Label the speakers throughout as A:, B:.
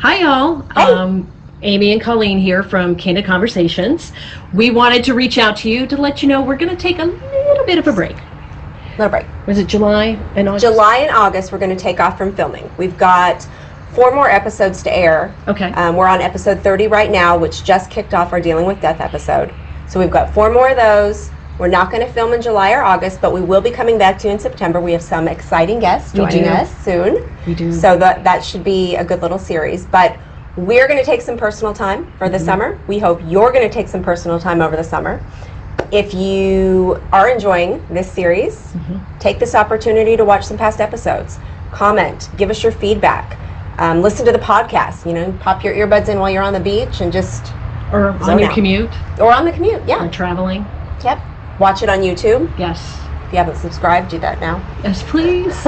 A: Hi, y'all. Um, Amy and Colleen here from Candid Conversations. We wanted to reach out to you to let you know we're going to take a little bit of a break.
B: Little break.
A: Was it July and August?
B: July and August, we're going to take off from filming. We've got four more episodes to air.
A: Okay.
B: Um, we're on episode 30 right now, which just kicked off our Dealing with Death episode. So we've got four more of those. We're not going to film in July or August, but we will be coming back to you in September. We have some exciting guests
A: We
B: joining
A: do. Mm-hmm.
B: us soon.
A: we do.
B: So that, that should be a good little series. But we're going to take some personal time for
A: Mm-hmm.
B: the summer. We hope you're going to take some personal time over the summer. If you are enjoying this series, take this opportunity to watch some past episodes. Comment, give us your feedback. Um, listen to the podcast. You know, pop your earbuds in while you're on the beach and just,
A: or
B: zone
A: on your
B: out.
A: commute
B: or on the commute.
A: or
B: Yeah.
A: traveling.
B: Yep. Watch it on YouTube.
A: Yes.
B: If you haven't subscribed, do that now.
A: Yes, please.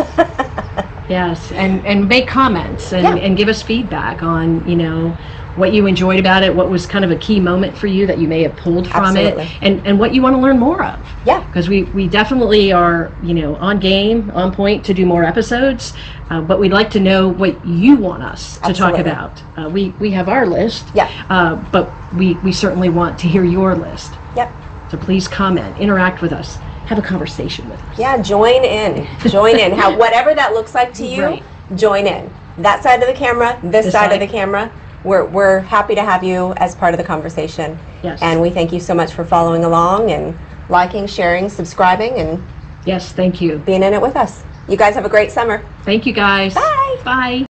A: yes, and and make comments and,
B: Yeah.
A: and give us feedback on you know what you enjoyed about it, what was kind of a key moment for you that you may have pulled from
B: Absolutely.
A: it, and and what you want to learn more of.
B: Yeah.
A: Because we we definitely are you know on game, on point to do more episodes, uh, but we'd like to know what you want us to
B: Absolutely.
A: talk about. Uh, we we have our list.
B: Yeah.
A: Uh, but we we certainly want to hear your list.
B: Yep.
A: So please comment, interact with us, have a conversation with us.
B: Yeah, join in. Join in. How whatever that looks like to you,
A: Right.
B: join in. That side of the camera, this,
A: This side.
B: side, of the camera. We're we're happy to have you as part of the conversation.
A: Yes.
B: And we thank you so much for following along and liking, sharing, subscribing and
A: Yes, thank you.
B: being in it with us. You guys have a great summer.
A: Thank you, guys.
B: Bye.
A: Bye.